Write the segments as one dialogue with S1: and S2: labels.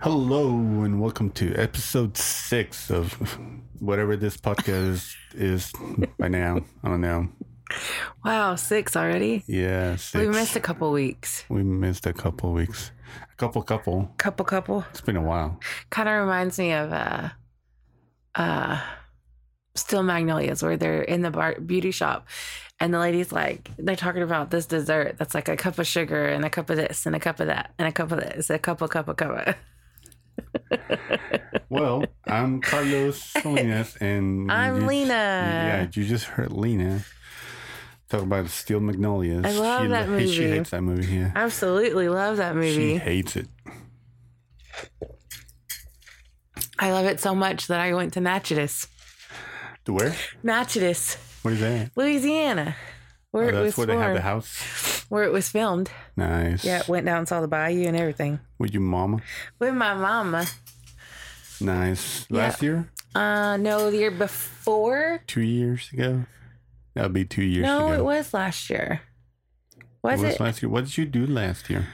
S1: Hello and welcome to episode six of whatever this podcast is, is by now. I don't know.
S2: Wow, six already?
S1: Yeah, six.
S2: We missed a couple weeks.
S1: We missed a couple weeks. A couple, couple.
S2: Couple, couple.
S1: It's been a while.
S2: Kind of reminds me of uh, uh, Still Magnolias, where they're in the bar beauty shop, and the lady's like, they're talking about this dessert that's like a cup of sugar and a cup of this and a cup of that and a cup of this, a cup of cup of cup. of-
S1: Well, I'm Carlos Salinas and
S2: I'm
S1: you-
S2: Lena.
S1: Yeah, you just heard Lena talk about Steel Magnolias.
S2: I love
S1: she,
S2: that
S1: lo- She
S2: movie.
S1: hates that movie. Yeah,
S2: Absolutely love that movie.
S1: she hates it.
S2: I love it so much that I went to Natchitoches,
S1: To where?
S2: Natchitoches,
S1: What is that?
S2: Louisiana, where
S1: Oh,
S2: it was
S1: that's where they have the
S2: filmed-
S1: house.
S2: where it was filmed.
S1: Nice.
S2: Yeah, went down and saw the bayou and everything
S1: With your mama.
S2: with my mama.
S1: Nice. Last year?
S2: Uh, no, the year before.
S1: Two years ago? That'll be two years
S2: no,
S1: ago.
S2: it was last year. Was
S1: It was
S2: it?
S1: last year. What did you do last year?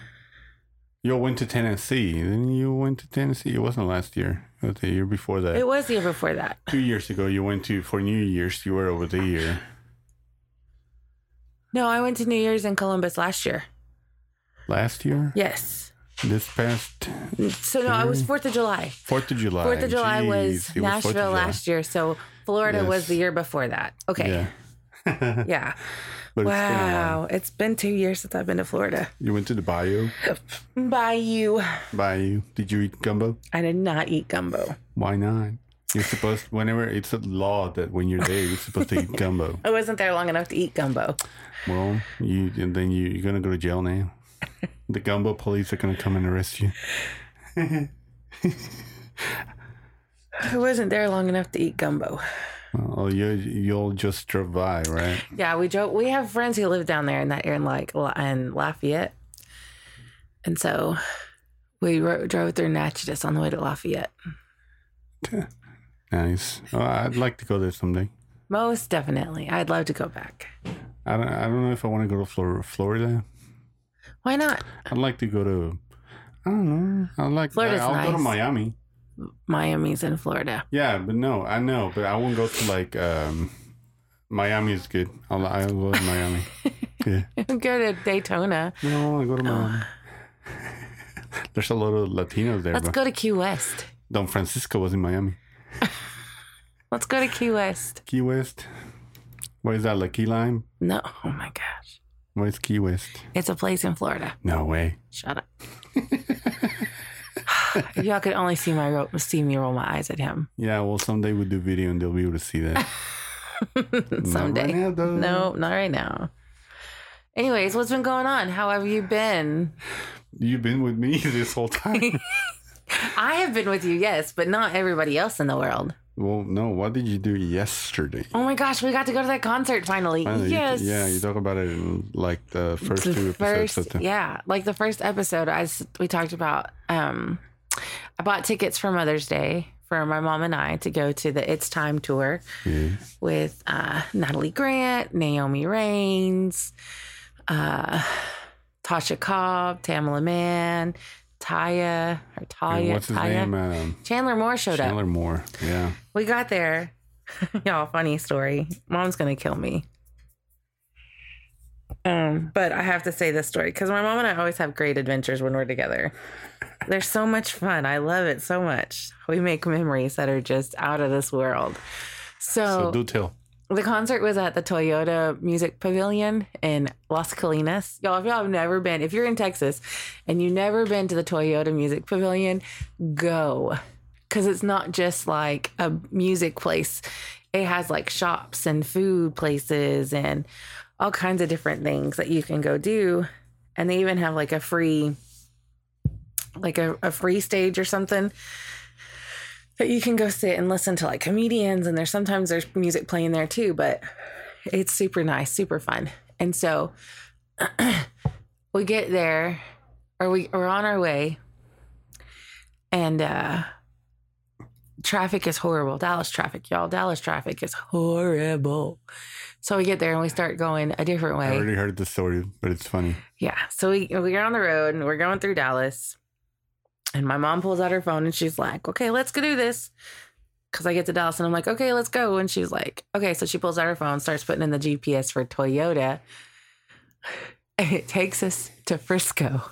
S1: You went to Tennessee. Then you went to Tennessee. It wasn't last year. It was the year before that.
S2: It was the year before that.
S1: two years ago, you went to for New Year's. You were over the year.
S2: No, I went to New Year's in Columbus last year.
S1: Last year?
S2: Yes.
S1: This past
S2: So no, I was
S1: Sure.
S2: Fourth of July.
S1: Fourth of July.
S2: Fourth of July was
S1: Mm. Jeez, it Fourth
S2: Nashville
S1: of July.
S2: last year, so Florida was
S1: Yes.
S2: the year before that. Okay. Yeah.
S1: Yeah. but it's been a while.
S2: Wow. it's been two years since I've been to Florida.
S1: You went to the bayou.
S2: Bayou.
S1: Bayou. Did you eat gumbo?
S2: I did not eat gumbo.
S1: Why not? You're supposed whenever it's a law that when you're there, you're supposed to eat gumbo.
S2: I wasn't there long enough to eat gumbo.
S1: Well, you and then you, you're gonna go to jail now. The gumbo police are gonna come and arrest you.
S2: I wasn't there long enough to eat gumbo.
S1: Oh, you you'll just drove by, right?
S2: Yeah, we drove. We have friends who live down there in that area, in like La- in Lafayette, and so we ro- drove through Natchitoches on the way to Lafayette.
S1: Nice. Oh, I'd like to go there someday.
S2: Most definitely, I'd love to go back.
S1: I don't, I don't know if I want to go to Flor- Florida.
S2: Why not?
S1: I'd like to go to. I don't know. I like.
S2: Florida's
S1: I'll go to
S2: nice.
S1: Miami.
S2: Miami's in Florida.
S1: Yeah, but no, I know, but I won't go to like. um Miami is good. I'll, I'll go to Miami. yeah.
S2: go to Daytona.
S1: No, I want to go to
S2: Oh.
S1: Miami. There's a lot of Latinos there,
S2: Let's
S1: but
S2: go to Key West.
S1: Don Francisco was in Miami.
S2: Let's go to Key West.
S1: Key West. What is that? Like Key Lime?
S2: No, oh my gosh,
S1: What is Key West?
S2: it's a place in Florida.
S1: No way.
S2: Shut up. If Y'all could only see my ro- see me roll my eyes at him
S1: Yeah, well, someday we'll do video and they'll be able to see that. Not
S2: someday.
S1: right now, though.
S2: No, not right now. Anyways, what's been going on? How have you been?
S1: You've been with me this whole time.
S2: I have been with you, yes, but not everybody else in the world.
S1: well, no, what did you do yesterday?
S2: Oh my gosh, we got to go to that concert finally.
S1: I know, you-
S2: yes.
S1: yeah, you talk about it in like the first
S2: The
S1: two episodes. uh,
S2: first,
S1: of the-
S2: yeah, like the first episode, I s- we talked about. Um, I bought tickets for Mother's Day for my mom and I to go to the It's Time tour.
S1: Yeah.
S2: with uh, Natalie Grant, Naomi Raines, uh, Tasha Cobb, Tamala Mann, Taya or
S1: And
S2: Talia.
S1: what's his
S2: Taya.
S1: name? Um,
S2: Chandler Moore showed up.
S1: Chandler Moore. Yeah.
S2: We got there. Y'all, funny story. Mom's gonna kill me. Um, but I have to say this story because my mom and I always have great adventures when we're together. They're so much fun. I love it so much. We make memories that are just out of this world. Oh,
S1: So do tell.
S2: The concert was at the Toyota Music Pavilion in Las Colinas. Y'all, if y'all have never been, if you're in Texas and you've never been to the Toyota Music Pavilion, go. Because it's not just like a music place, it has like shops and food places and all kinds of different things that you can go do. And they even have like a free, like a, a free stage or something that you can go sit and listen to like comedians and there's sometimes there's music playing there too but it's super nice super fun and so we get there or we are on our way and uh traffic is horrible dallas traffic y'all dallas traffic is horrible so we get there and we start going a different
S1: I
S2: way
S1: already heard the story, but it's funny.
S2: yeah. So we we're on the road and we're going through Dallas. And my mom pulls out her phone and she's like, okay, let's go do this. Cause I get to Dallas and I'm like, okay, let's go. And she's like, okay. So she pulls out her phone, starts putting in the GPS for Toyota. And it takes us to Frisco.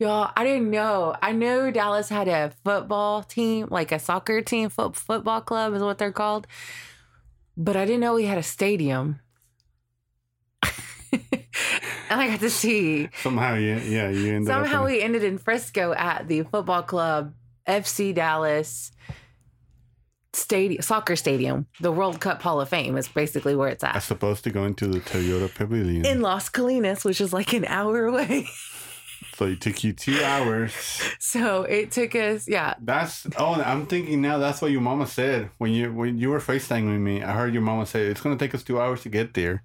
S2: Y'all, I didn't know. I knew Dallas had a football team, like a soccer team, foot, football club is what they're called. But I didn't know we had a stadium. and I got to see
S1: Somehow, you, yeah, you ended
S2: Somehow
S1: up. in-
S2: we ended in Frisco at the football club FC Dallas stadium, soccer stadium. The World Cup Hall of Fame is basically where it's
S1: I
S2: at.
S1: supposed to go into the Toyota Pavilion.
S2: In Las Colinas, which is like an hour away.
S1: so it took you two hours.
S2: So it took us, yeah.
S1: That's oh, I'm thinking now. That's what your mama said when you when you were FaceTiming me. I heard your mama say it's gonna take us two hours to get there.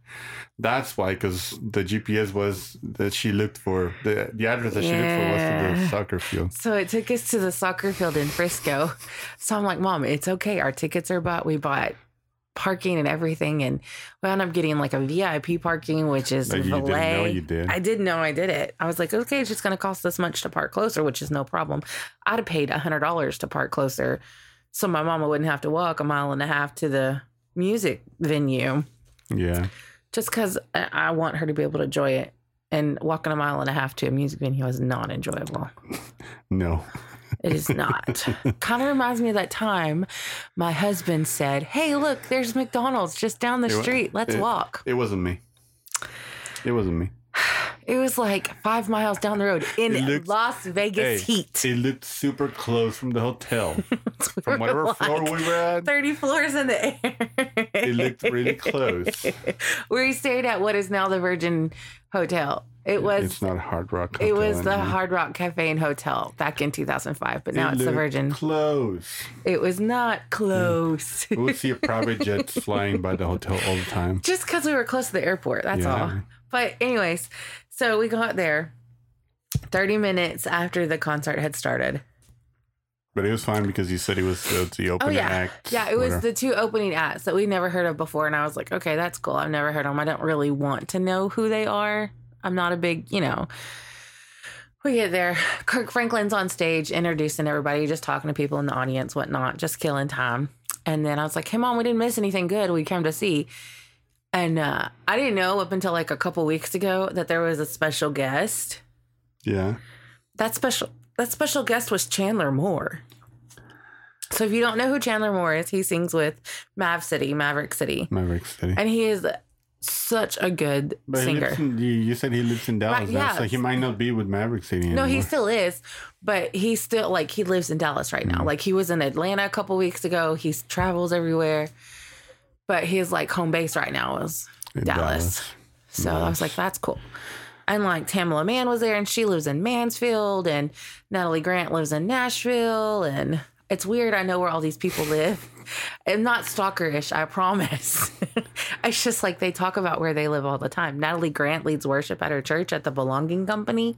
S1: That's why, because the GPS was that she looked for the the address that she looked for was to
S2: Yeah.
S1: the soccer field.
S2: So it took us to the soccer field in Frisco. So I'm like, Mom, it's okay. Our tickets are bought. We bought parking and everything. And we wound up getting like a VIP parking, which is
S1: Like you didn't
S2: valet.
S1: know you did.
S2: I didn't know I did it. I was like, okay, it's just going to cost this much to park closer, which is no problem. I'd have paid $100 to park closer. So my mama wouldn't have to walk a mile and a half to the music venue
S1: Yeah,
S2: just because I I want her to be able to enjoy it. And walking a mile and a half to a music venue is not enjoyable.
S1: no,
S2: It is not. kind of reminds me of that time my husband said, Hey, look, there's McDonald's just down the
S1: It wa-
S2: street. Let's
S1: it-
S2: walk.
S1: it wasn't me. It wasn't me.
S2: It was like five miles down the road in
S1: It looked-
S2: Las Vegas
S1: Hey,
S2: heat.
S1: It looked super close from the hotel,
S2: We
S1: from
S2: were
S1: whatever floor
S2: like
S1: we were at.
S2: 30 floors in the air.
S1: It looked really close.
S2: Where he stayed at what is now the Virgin Hotel. It was.
S1: it's not Hard Rock.
S2: It
S1: Hotel
S2: was the
S1: anymore.
S2: Hard Rock Cafe and Hotel back in 2005, but
S1: It
S2: now it's the
S1: looked
S2: Virgin.
S1: Close.
S2: It was not close.
S1: We'll see a private jet flying by the hotel all the time.
S2: just because we were close to the airport. That's
S1: Yeah.
S2: all. But anyways, so we got there 30 minutes after the concert had started.
S1: But it was fine because you said it was the, the
S2: Oh
S1: opening
S2: yeah,
S1: act.
S2: yeah. It was
S1: whatever.
S2: the two opening acts that we never heard of before, and I was like, okay, that's cool. I've never heard them. I don't really want to know who they are. I'm not a big, you know. We get there. Kirk Franklin's on stage introducing everybody, just talking to people in the audience, whatnot, just killing time. And then I was like, hey, mom, we didn't miss anything good. We come to see. And uh, I didn't know up until like a couple weeks ago that there was a special guest.
S1: yeah.
S2: That special that special guest was Chandler Moore. So if you don't know who Chandler Moore is, he sings with Mav City, Maverick City,
S1: Maverick City.
S2: and he is such a good
S1: But he
S2: singer.
S1: lives in, you, you said he lives in Dallas,
S2: Right,
S1: now,
S2: yeah.
S1: so he might not be with Maverick City
S2: No,
S1: anymore.
S2: he still is, but he still like he lives in Dallas right
S1: Mm.
S2: now. Like he was in Atlanta a couple weeks ago. He travels everywhere, but his like home base right now is
S1: In
S2: Dallas. So I was like, that's cool. And like Tamala Mann was there, and she lives in Mansfield, and Natalie Grant lives in Nashville, and it's weird. I know where all these people live. I'm not stalkerish, I promise. it's just like they talk about where they live all the time. Natalie Grant leads worship at her church at the Belonging Company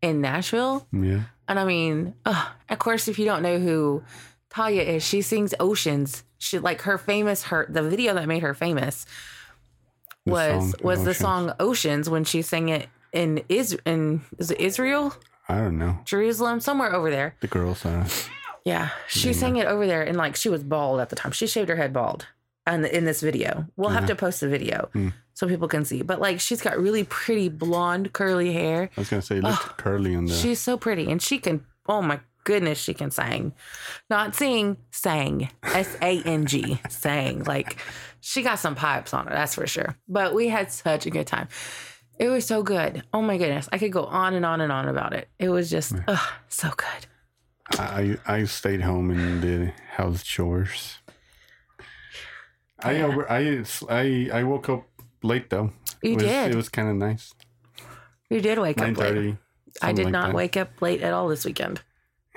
S2: in Nashville.
S1: Yeah.
S2: And I mean, ugh, of course, if you don't know who Talia is, she sings Oceans. She like her famous her the video that made her famous
S1: The
S2: was
S1: song
S2: was the
S1: Oceans.
S2: song Oceans when she sang it in is in is it Israel,
S1: I don't know.
S2: Jerusalem, somewhere over there.
S1: The girls are.
S2: Yeah, she sang it over there, and like she was bald at the time. She shaved her head bald, and in this video, we'll have to post the video
S1: Hmm.
S2: so people can see. But like, she's got really pretty blonde curly hair.
S1: I was gonna say it looked curly on the.
S2: She's so pretty, and she can. Oh my goodness, she can sing. Not sing, sang. S A N G, sang. Like she got some pipes on her, that's for sure. But we had such a good time. It was so good. Oh my goodness, I could go on and on and on about it. It was just ugh, so good.
S1: I I stayed home and did house chores. I
S2: Yeah.
S1: over I I I woke up late though.
S2: You
S1: it was,
S2: did.
S1: It was kind of nice.
S2: You did wake
S1: Nine
S2: up late.
S1: thirty.
S2: I did
S1: like
S2: not
S1: that.
S2: wake up late at all this weekend.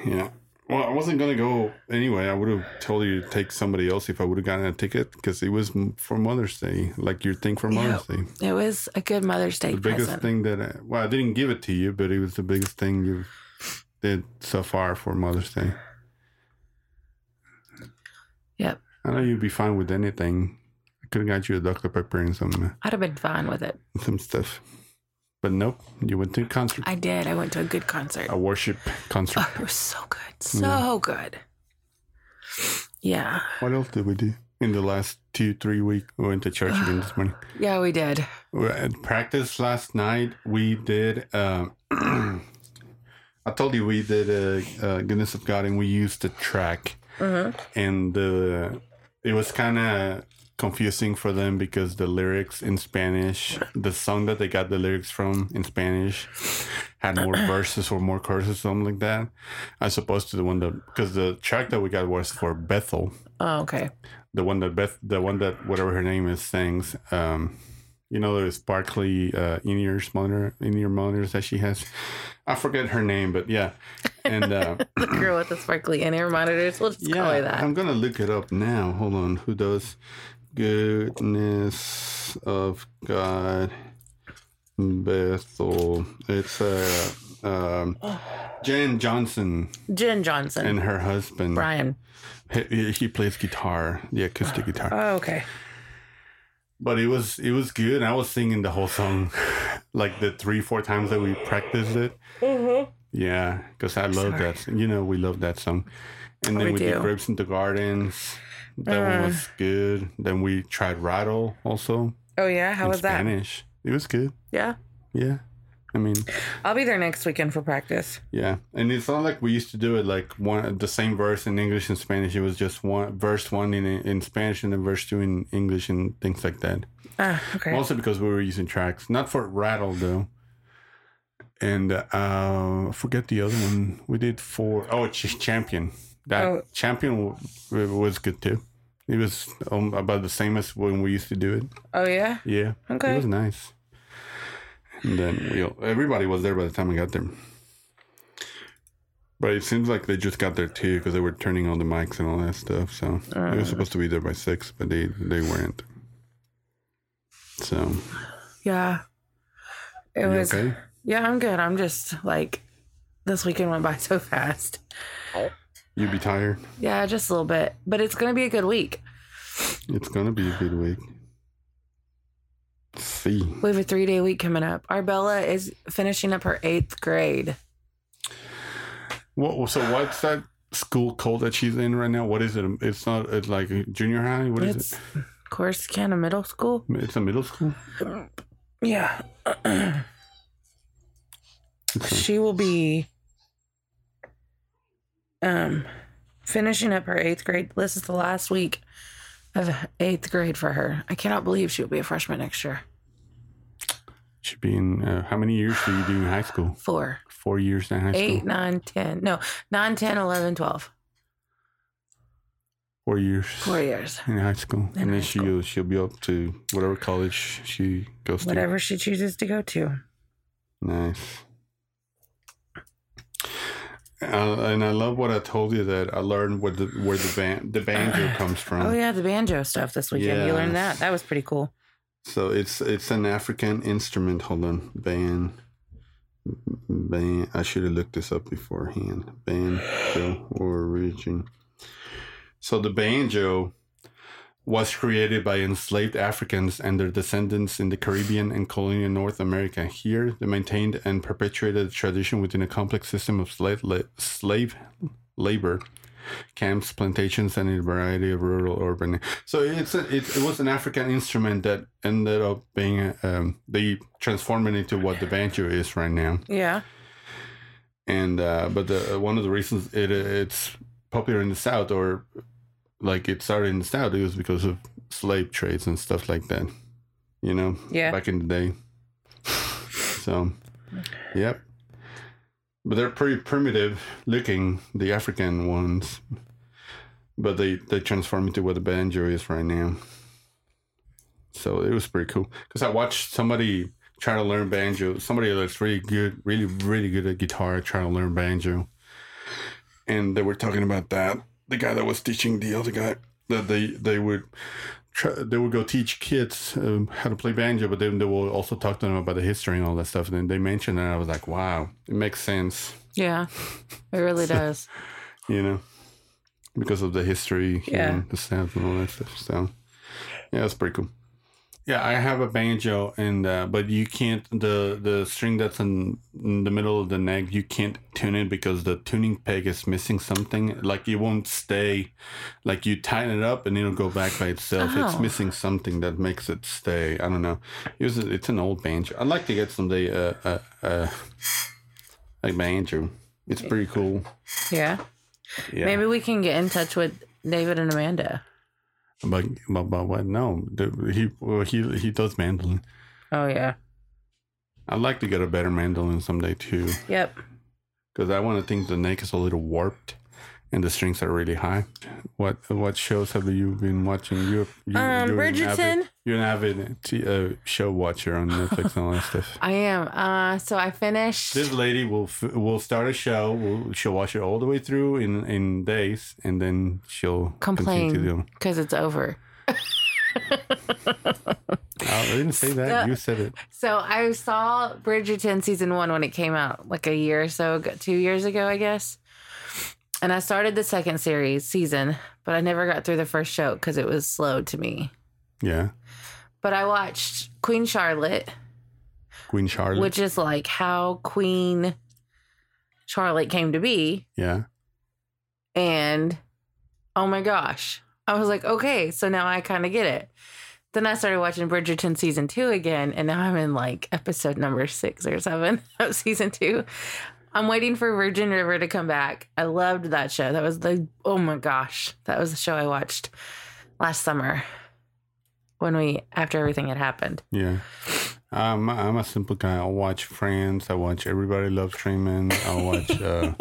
S1: Yeah. Well, I wasn't gonna go anyway. I would have told you to take somebody else if I would have gotten a ticket because it was m- for Mother's Day, like your thing for Mother's Day.
S2: It was a good Mother's Day
S1: The biggest
S2: present.
S1: thing that I, well, I didn't give it to you, but it was the biggest thing you did so far for Mother's Day.
S2: Yep,
S1: I know you'd be fine with anything. I could have got you a Dr Pepper and some
S2: I'd have been fine with it.
S1: some stuff. But nope, you went to a concert,
S2: I did. I went to a good concert.
S1: a worship concert.
S2: Oh, it was so good. So good. Yeah.
S1: What else did we do in the last two, three weeks? We went to church again this morning.
S2: Yeah, we did.
S1: We had practice last night. We did. Um, I told you we did uh, uh, goodness of God, and we used the track,
S2: Mm-hmm.
S1: and uh, it was kind of confusing for them because the lyrics in Spanish, the song that they got the lyrics from in Spanish, had more verses or more curses, something like that, as opposed to the one that because the track that we got was for Bethel
S2: Oh, okay.
S1: the one that Beth, the one that whatever her name is sings. Um, you know those sparkly uh, in ears monitor, in ear monitors that she has. I forget her name, but yeah, and uh,
S2: The girl with the sparkly inner monitors. We'll just call her
S1: yeah,
S2: that.
S1: I'm gonna look it up now. Hold on, who does goodness of God? Bethel. It's uh, um, Jan Johnson
S2: Jen Johnson.
S1: and her husband.
S2: Brian.
S1: He, he plays guitar, the acoustic guitar.
S2: Oh, okay.
S1: but it was it was good. I was singing the whole song, like the three four times that we practiced it.
S2: Mm-hmm.
S1: Yeah, because I love that. You know, we love that song. And then
S2: We
S1: we, did
S2: do. Mm.
S1: grapes in the gardens. That one was good. Then we tried rattle also
S2: Oh, yeah. How
S1: in
S2: was that?
S1: Spanish. It was good.
S2: Yeah.
S1: Yeah, I mean,
S2: I'll be there next weekend for practice.
S1: yeah. And it's not like we used to do it like one the same verse in English and Spanish. It was just one verse one in in Spanish and then verse two in English and things like that.
S2: Ah, okay.
S1: Also because we were using tracks, not for rattle though. And uh, I forget the other one we did for oh Ch- champion. That
S2: Oh.
S1: champion w- was good too. It was um, about the same as when we used to do it.
S2: oh, yeah.
S1: Yeah,
S2: Okay.
S1: it was nice. And then we all, everybody was there by the time I got there. But it seems like they just got there too because they were turning on the mics and all that stuff. So they
S2: Ah.
S1: were supposed to be there by six, but they they weren't. So
S2: Yeah. It
S1: You
S2: was.
S1: okay?
S2: Yeah, I'm good. I'm just like, this weekend went by so fast.
S1: You be tired.
S2: Yeah, just a little bit. But it's going to be a good week.
S1: It's gonna be a good week. See,
S2: We have a three day week coming up. Our Bella is finishing up her eighth grade.
S1: what? So what's that school called that she's in right now? What is it? It's not. It's like junior high. What is
S2: It's Corsicana Middle School.
S1: it? It's a middle school.
S2: Yeah. she will be um finishing up her eighth grade. This is the last week of eighth grade for her. I cannot believe she'll be a freshman next year.
S1: Should be in. Uh, how many years do you do in high school?
S2: Four,
S1: Four years in high
S2: eight,
S1: school.
S2: nine, ten. No, nine, ten, eleven, twelve.
S1: Four years
S2: Four years.
S1: in high school,
S2: In
S1: and then
S2: high
S1: she goes. She'll be up to whatever college she goes
S2: Whatever she chooses to go to.
S1: to. Nice. Uh, and I love what I told you that I learned where the where the ban the banjo comes from.
S2: Oh yeah, the banjo stuff this weekend. You learned that.
S1: Yes.
S2: That was pretty cool.
S1: So it's it's an African instrument. Hold on, ban, ban. I should have looked this up beforehand. Banjo origin. So the banjo was created by enslaved Africans and their descendants in the Caribbean and colonial North America. Here, they maintained and perpetuated the tradition within a complex system of slave, la- slave labor camps, plantations, and a variety of rural urban. So it's a, it, it was an African instrument that ended up being um, they transformed it into what the banjo is right now.
S2: Yeah.
S1: And uh, but the, one of the reasons it it's popular in the South or like it started in the South it was because of slave trades and stuff like that. You know,
S2: Yeah.
S1: back in the day. So, yep. But they're pretty primitive looking, the African ones. But they they transform into what the banjo is right now. So it was pretty cool because I watched somebody try to learn banjo. Somebody that's really good, really really good at guitar, trying to learn banjo. And they were talking about that. The guy that was teaching the other guy that they they would try, they would go teach kids um, how to play banjo, but then they will also talk to them about the history and all that stuff. And then they mentioned that I was like, wow, it makes sense,
S2: Yeah. It really does.
S1: you know, because of the history, you
S2: Yeah.
S1: know, the sounds and all that stuff. So, yeah, that's pretty cool. Yeah, I have a banjo, and uh, but you can't the the string that's in, in the middle of the neck. You can't tune it because the tuning peg is missing something. Like it won't stay. Like you tighten it up, and it'll go back by itself. It's
S2: Oh.
S1: missing something that makes it stay. I don't know. It was, it's an old banjo. I'd like to get someday a a, a, a banjo. It's pretty cool.
S2: Yeah.
S1: Yeah.
S2: Maybe we can get in touch with David and Amanda.
S1: But but, but what? No, the- he well, he he does mandolin.
S2: Oh yeah.
S1: I'd like to get a better mandolin someday too.
S2: Yep.
S1: because I want to think the neck is a little warped and the strings are really high. What what shows have you been watching? You, you
S2: Um,
S1: you're an
S2: Bridgerton.
S1: avid- you're an avid t- uh, show watcher on Netflix and all that stuff.
S2: I am. Uh, so I finished.
S1: This lady will f- will start a show. Will, she'll watch it all the way through in, in days, and then she'll continue to
S2: complain
S1: do.
S2: because it's over.
S1: Oh, I didn't say
S2: Uh,
S1: that. You said it.
S2: So I saw Bridgerton season one when it came out, like a year or so, ago, two years ago, I guess. And I started the second series season, but I never got through the first show because it was slow to me.
S1: Yeah,
S2: But I watched Queen Charlotte,
S1: Queen Charlotte.
S2: which is like how Queen Charlotte came to be.
S1: yeah,
S2: and oh my gosh i was like okay so now i kind of get it then i started watching bridgerton season two again and now i'm in like episode number six or seven of season two i'm waiting for virgin river to come back i loved that show that was the oh my gosh that was the show i watched last summer when we after everything had happened
S1: yeah. I'm I'm a simple guy. I watch Friends. I watch Everybody Loves Raymond. I watch. Uh,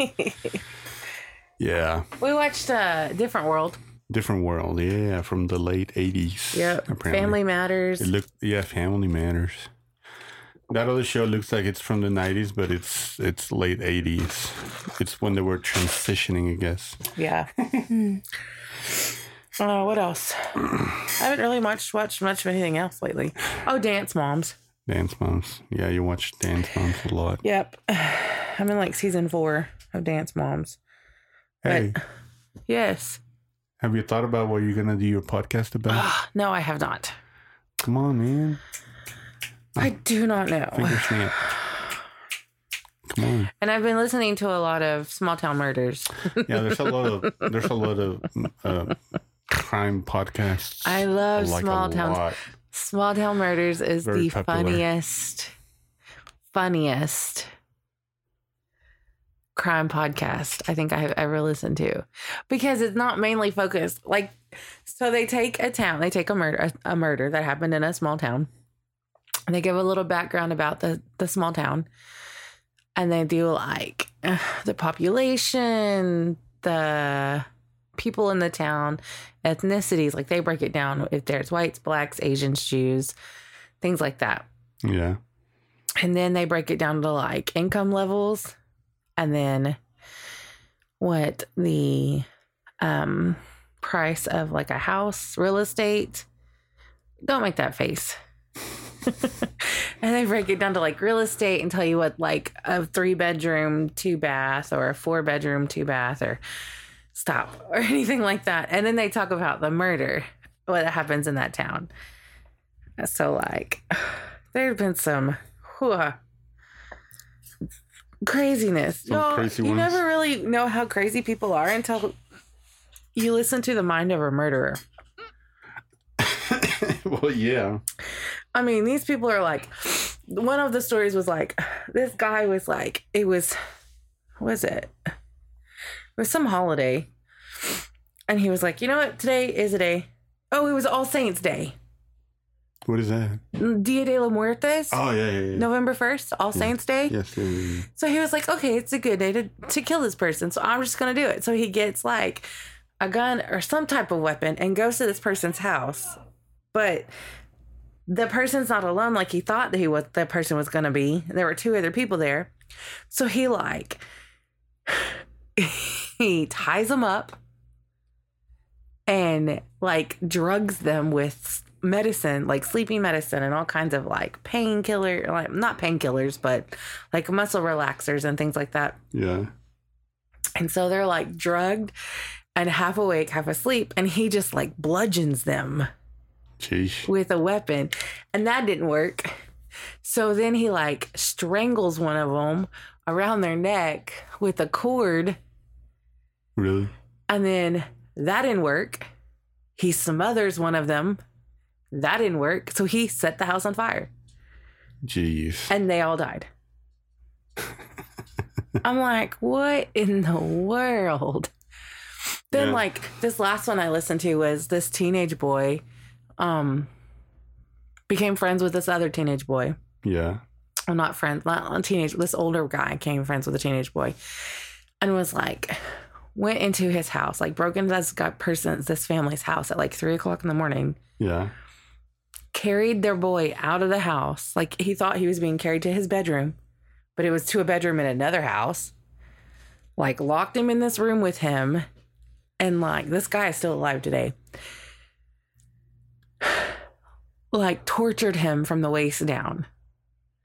S1: yeah.
S2: we watched uh different world
S1: Different world, yeah, from the late eighties.
S2: family matters
S1: It looked, yeah, Family Matters. That other show looks like it's from the nineties, but it's it's late eighties. It's when they were transitioning, I guess.
S2: Yeah. Oh, what else? I haven't really much watched much of anything else lately. Oh, Dance Moms.
S1: Dance Moms, yeah, you watch Dance Moms a lot.
S2: Yep. I'm in like season four of Dance Moms.
S1: Hey,
S2: Yes.
S1: have you thought about what you're gonna do your podcast about?
S2: Ah, no, I have not.
S1: Come on, man,
S2: I do not know.
S1: finger snap. Come on.
S2: And I've been listening to a lot of Small Town Murders.
S1: Yeah, there's a lot of there's a lot of uh, crime podcasts.
S2: I love
S1: like a
S2: Small Town
S1: lot.
S2: Small Town Murders is
S1: Very
S2: the
S1: popular.
S2: funniest, funniest crime podcast I think I've ever listened to because it's not mainly focused. Like, so they take a town, they take a murder, a, a murder that happened in a small town. And they give a little background about the, the small town and they do like the population, the people in the town, ethnicities. Like they break it down if there's whites, blacks, Asians, Jews, things like that.
S1: Yeah.
S2: And then they break it down to like income levels and then what the um, price of like a house, real estate. Don't make that face. and they break it down to like real estate and tell you what like a three bedroom, two bath or a four bedroom, two bath or stop or anything like that. And then they talk about the murder, what happens in that town. So like there have been some whew, craziness.
S1: Some
S2: Y'all,
S1: crazy
S2: you
S1: ones.
S2: never really know how crazy people are until you listen to the mind of a murderer.
S1: well, yeah.
S2: I mean, these people are like, one of the stories was like, this guy was like, it was, what was it? It was some holiday. And he was like, you know what? Today is a day. Oh, it was All Saints Day.
S1: What is that?
S2: Dia de los Muertos,
S1: Oh yeah, yeah, yeah.
S2: November 1st, All Saints Day.
S1: Yes. yeah, yeah, yeah.
S2: So he was like, okay, it's a good day to, to kill this person. So I'm just going to do it. So he gets like a gun or some type of weapon and goes to this person's house. But the person's not alone like he thought that he was the person was going to be. There were two other people there. So he like he ties them up and like drugs them with medicine, like sleeping medicine and all kinds of like painkiller, like not painkillers, but like muscle relaxers and things like that.
S1: Yeah.
S2: And so they're like drugged and half awake, half asleep. And he just like bludgeons them
S1: Sheesh.
S2: with a weapon and that didn't work so then he like strangles one of them around their neck with a cord
S1: Really?
S2: and then that didn't work he smothers one of them that didn't work so he set the house on fire
S1: Jeez.
S2: and they all died i'm like what in the world then
S1: Yeah.
S2: like this last one i listened to was this teenage boy um became friends with this other teenage boy
S1: Yeah.
S2: well, not friends, not not teenage, this older guy came friends with a teenage boy and was like, went into his house, like broke into this guy person's, this family's house at like three o'clock in the morning,
S1: Yeah.
S2: carried their boy out of the house. Like he thought he was being carried to his bedroom, but it was to a bedroom in another house. Like locked him in this room with him. And like this guy is still alive today. like tortured him from the waist down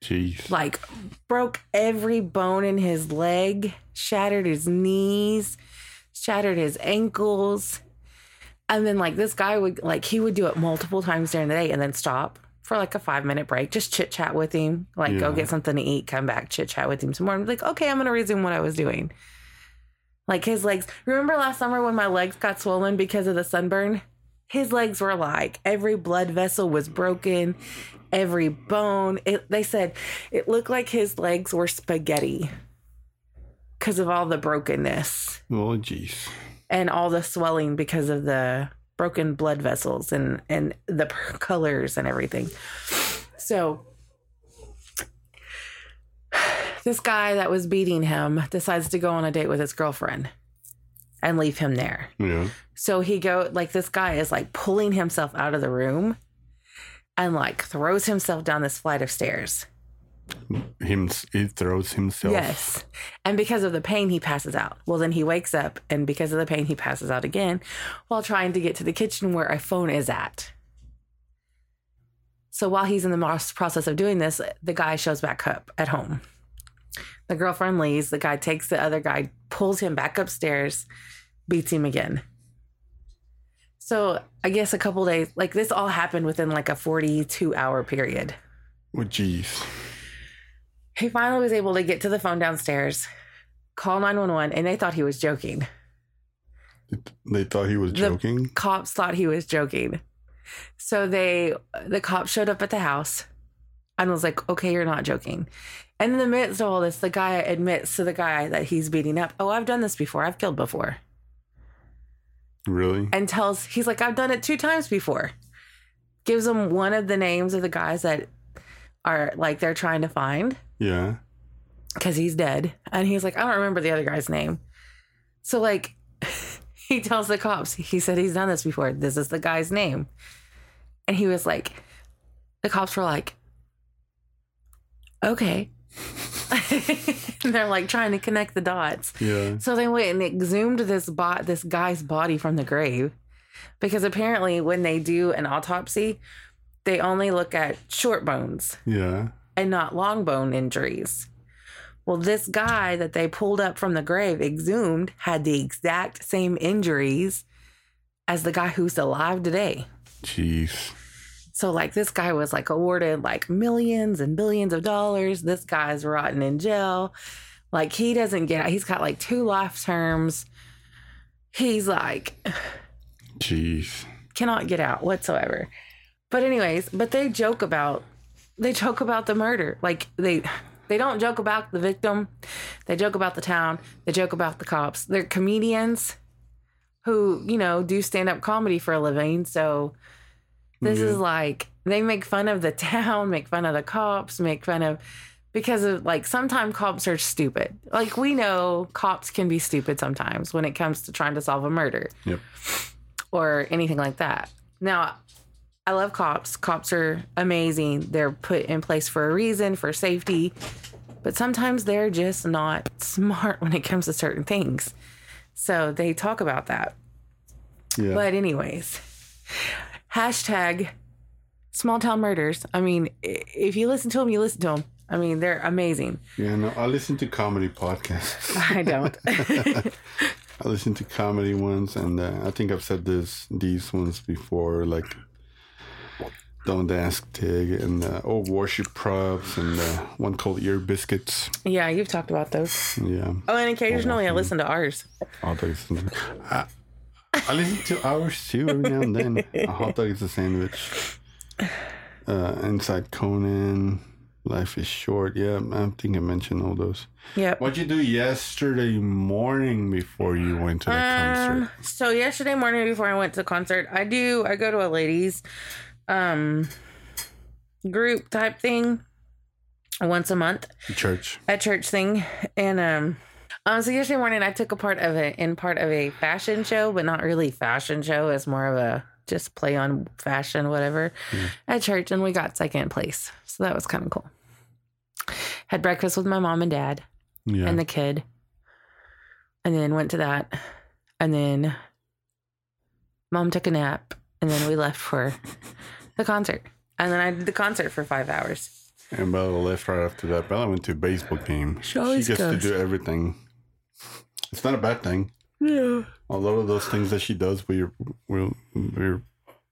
S1: Jeez.
S2: like broke every bone in his leg, shattered his knees, shattered his ankles. And then like this guy would like he would do it multiple times during the day and then stop for like a five minute break, just chit chat with him, like go
S1: Yeah.
S2: get something to eat, come back, chit chat with him some more. I'm like, okay, I'm gonna resume what I was doing. Like his legs. Remember last summer when my legs got swollen because of the sunburn? His legs were like every blood vessel was broken, every bone. It, they said it looked like his legs were spaghetti because of all the brokenness
S1: Oh, jeez.
S2: and all the swelling because of the broken blood vessels and and the p- colors and everything. So this guy that was beating him decides to go on a date with his girlfriend and leave him there.
S1: Yeah.
S2: So he go like this guy is like pulling himself out of the room and like throws himself down this flight of stairs.
S1: Him, he throws himself.
S2: Yes. And because of the pain, he passes out. Well, then he wakes up, and because of the pain, he passes out again while trying to get to the kitchen where a phone is at. So while he's in the mos- process of doing this, the guy shows back up at home. The girlfriend leaves. The guy takes the other guy, pulls him back upstairs, beats him again. So I guess a couple days, like this all happened within like a 42 hour period.
S1: Oh, jeez.
S2: He finally was able to get to the phone downstairs, call 911, and they thought he was joking.
S1: They thought he was
S2: The-
S1: joking.
S2: Cops thought he was joking. So they the cops showed up at the house and was like, "Okay, you're not joking." And in the midst of all this, the guy admits to the guy that he's beating up, "Oh, I've done this before. I've killed before."
S1: Really?
S2: And tells he's like, "I've done it two times before." Gives him one of the names of the guys that are like they're trying to find.
S1: Yeah.
S2: because he's dead. And he's like, I don't remember the other guy's name. So, like, he tells the cops, he said he's done this before. This is the guy's name. And he was like, the cops were like, okay. and they're like trying to connect the dots.
S1: Yeah.
S2: So they went and exhumed this bot, this guy's body from the grave, because apparently when they do an autopsy, they only look at short bones
S1: Yeah.
S2: and not long bone injuries. Well, this guy that they pulled up from the grave, exhumed, had the exact same injuries as the guy who's alive today.
S1: Jeez.
S2: So, like, this guy was like awarded like millions and billions of dollars. This guy's rotten in jail. Like, he doesn't get out. He's got like two life terms. He's like,
S1: Jeez.
S2: cannot get out whatsoever. But anyways, but they joke about they joke about the murder. Like they they don't joke about the victim. They joke about the town. They joke about the cops. They're comedians who, you know, do stand-up comedy for a living. So this
S1: Yeah.
S2: is like they make fun of the town, make fun of the cops, make fun of because of like sometimes cops are stupid. Like we know cops can be stupid sometimes when it comes to trying to solve a murder
S1: Yep.
S2: or anything like that. Now, I love cops. Cops are amazing. They're put in place for a reason, for safety. But sometimes they're just not smart when it comes to certain things. So they talk about that.
S1: Yeah.
S2: But, anyways, hashtag small town murders. I mean, i- if you listen to them, you listen to them. I mean, they're amazing.
S1: yeah. No, I listen to comedy podcasts.
S2: I don't.
S1: I listen to comedy ones, and uh, I think I've said this these ones before. Like, Don't Ask Tig and uh, Old Warship Props and uh, One Cold Ear Biscuits.
S2: Yeah, you've talked about those.
S1: Yeah.
S2: Oh, and occasionally I listen to ours.
S1: Hot dog is I, I listen to ours too every now and then. A hot dog is a sandwich. Uh, Inside Conan, Life is Short. Yeah, I think I mentioned all those.
S2: Yep.
S1: What'd you do yesterday morning before you went to the
S2: Um,
S1: concert?
S2: so yesterday morning before I went to the concert, I do I go to a ladies um group type thing once a month,
S1: Church.
S2: a church thing. And um um so yesterday morning I took a part of a in part of a fashion show, but not really fashion show, it's more of a just play on fashion, whatever, at church, and we got second place. So that was kind of cool. Had breakfast with my mom and dad
S1: Yeah.
S2: and the kid. And then went to that. And then mom took a nap. And then we left for the concert. And then I did the concert for five hours.
S1: and Bella left right after that. Bella went to a baseball game.
S2: She always
S1: gets
S2: goes.
S1: to do everything. It's not a bad thing.
S2: Yeah.
S1: a lot of those things that she does we we're, we're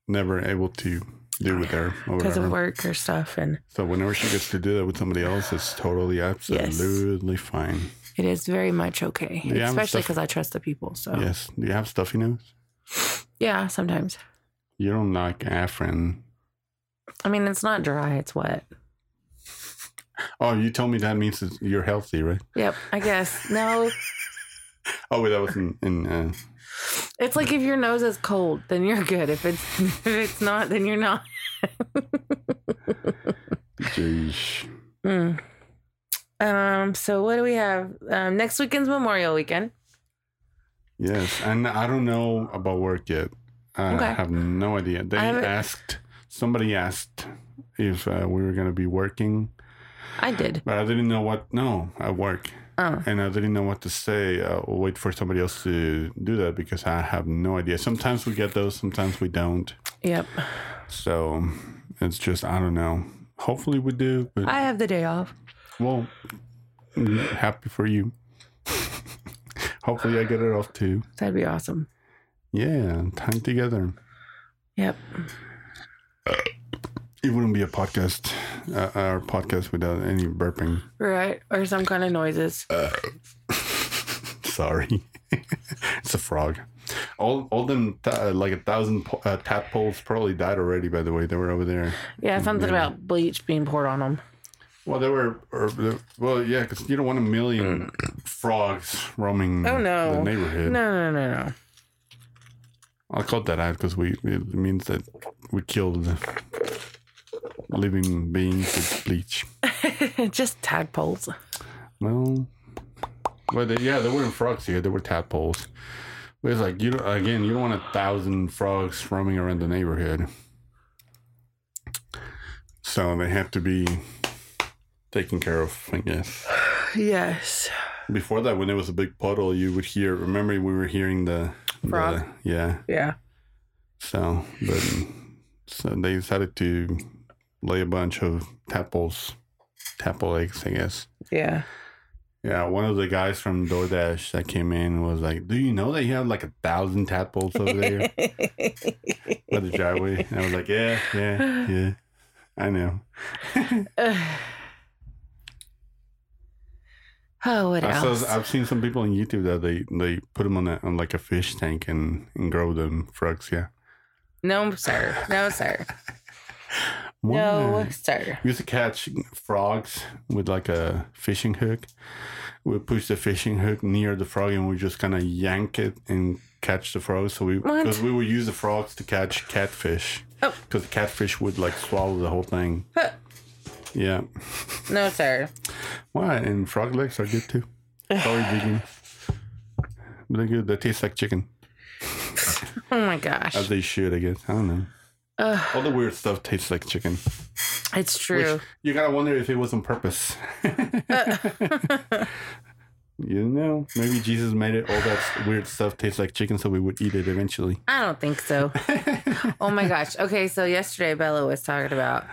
S1: never able to do with her or
S2: Because
S1: whatever.
S2: of work or stuff. And
S1: so whenever she gets to do that with somebody else it's totally absolutely fine
S2: it is very much okay.
S1: Yeah, I'm
S2: Especially
S1: stuff-
S2: because I trust the people. So yeah,
S1: yes do you have stuffy nose
S2: sometimes.
S1: you don't like afrin
S2: I mean, it's not dry, it's wet.
S1: oh you told me that means that you're healthy right
S2: Yep, I guess. No,
S1: oh wait that was in, in uh,
S2: it's like if your nose is cold, then you're good. If it's if it's not, then you're not.
S1: jeez
S2: Mm. Um, so what do we have? Um, next weekend's Memorial Weekend.
S1: yes and i don't know about work yet i
S2: Okay.
S1: have no idea they
S2: I haven't-
S1: asked somebody asked if uh, we were going to be working
S2: I did.
S1: But I didn't know what. No, at work,
S2: Oh.
S1: and I didn't know what to say. Uh, wait for somebody else to do that because I have no idea. Sometimes we get those, sometimes we don't.
S2: Yep.
S1: So it's just I don't know. Hopefully we do, but
S2: I have the day off.
S1: well, I'm happy for you. Hopefully I get it off too.
S2: That'd be awesome.
S1: Yeah, time together.
S2: Yep.
S1: It wouldn't be a podcast, uh, our podcast without any burping.
S2: Right. Or some kind of noises.
S1: Uh, Sorry, it's a frog. All all them th- uh, like a thousand po- uh, tadpoles probably died already. By the way, they were over there.
S2: Yeah, something about bleach being poured on them.
S1: Well, they were. Or, the- well, yeah, because you don't want a million frogs roaming
S2: Oh, no.
S1: the neighborhood.
S2: No, no, no, no.
S1: I'll cut that out because we it means that we killed living beings with bleach.
S2: Just tadpoles.
S1: Well, but they, yeah, they weren't frogs here. They were tadpoles. But it's like you don't- again. You don't want a thousand frogs roaming around the neighborhood. So they have to be taken care of, I guess.
S2: Yes.
S1: Before that, when there was a big puddle, you would hear. Remember, we were hearing the the-
S2: Frog?
S1: yeah.
S2: Yeah.
S1: So, but so they decided to lay a bunch of tadpoles, tadpole eggs, I guess.
S2: Yeah.
S1: Yeah, one of the guys from DoorDash that came in was like, "Do you know that you have like a thousand tadpoles over there by the driveway?" And I was like, "Yeah, yeah, yeah, I know."
S2: oh, what
S1: I
S2: else?
S1: saw, I've seen some people on YouTube that they they put them on a, on like a fish tank and, and grow them frogs. Yeah.
S2: No, sir. No, sir.
S1: Why?
S2: No, sir.
S1: We used to catch frogs with like a fishing hook. We push the fishing hook near the frog and we just kind of yank it and catch the frog. So we
S2: What?
S1: because we would use the frogs to catch catfish.
S2: Oh.
S1: Because the catfish would like swallow the whole thing.
S2: Huh.
S1: Yeah.
S2: No, sir.
S1: Why? And frog legs are good too. Sorry, vegan. But they're good. They taste like chicken,
S2: Oh my gosh.
S1: as they should, I guess. I don't know. All the weird stuff tastes like chicken.
S2: It's
S1: Which
S2: true.
S1: you gotta wonder if it was on purpose. you know, maybe Jesus made it all that s- weird stuff taste like chicken, so we would eat it eventually.
S2: I don't think so. oh my gosh. Okay, so yesterday Bella was talking about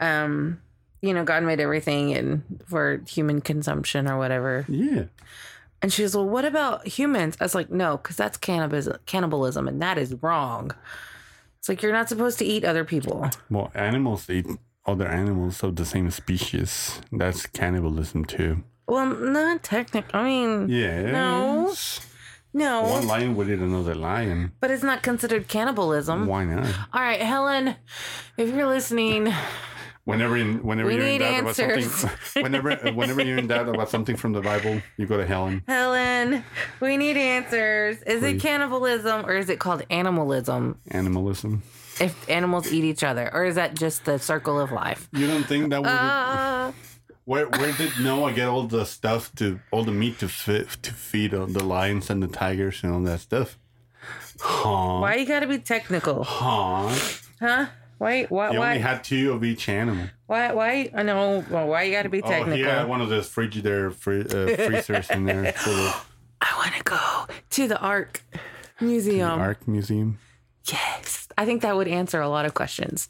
S2: um you know, God made everything and for human consumption or whatever.
S1: Yeah,
S2: And she was, "Well, what about humans?" I was like, "No, cuz that's cannibis- cannibalism and that is wrong." It's like you're not supposed to eat other people.
S1: Well, animals eat other animals of the same species. That's cannibalism too.
S2: Well, not technic. I mean,
S1: Yeah.
S2: No. no,
S1: One lion would eat another lion.
S2: but it's not considered cannibalism.
S1: Why not?
S2: All right, Helen, if you're listening,
S1: Whenever in whenever
S2: We
S1: you're in
S2: need
S1: doubt about
S2: answers.
S1: something, whenever whenever you're in doubt about something from the Bible, you go to Helen.
S2: Helen, we need answers. Is it
S1: Please.
S2: cannibalism or is it called animalism?
S1: Animalism.
S2: If animals eat each other, or is that just the circle of life?
S1: You don't think that would
S2: Uh,
S1: where where did Noah get all the stuff to all the meat to fit to feed all the lions and the tigers and all that stuff? Huh?
S2: why you gotta be technical,
S1: Huh?
S2: huh? Why? Why?
S1: He only
S2: Why?
S1: had two of each animal.
S2: why? Why? I know. well, Why you gotta be
S1: Oh, he
S2: technical?
S1: had one of those frigidaire free, uh, freezers in there for the
S2: I want to go to the Ark Museum.
S1: Ark Museum.
S2: Yes, I think that would answer a lot of questions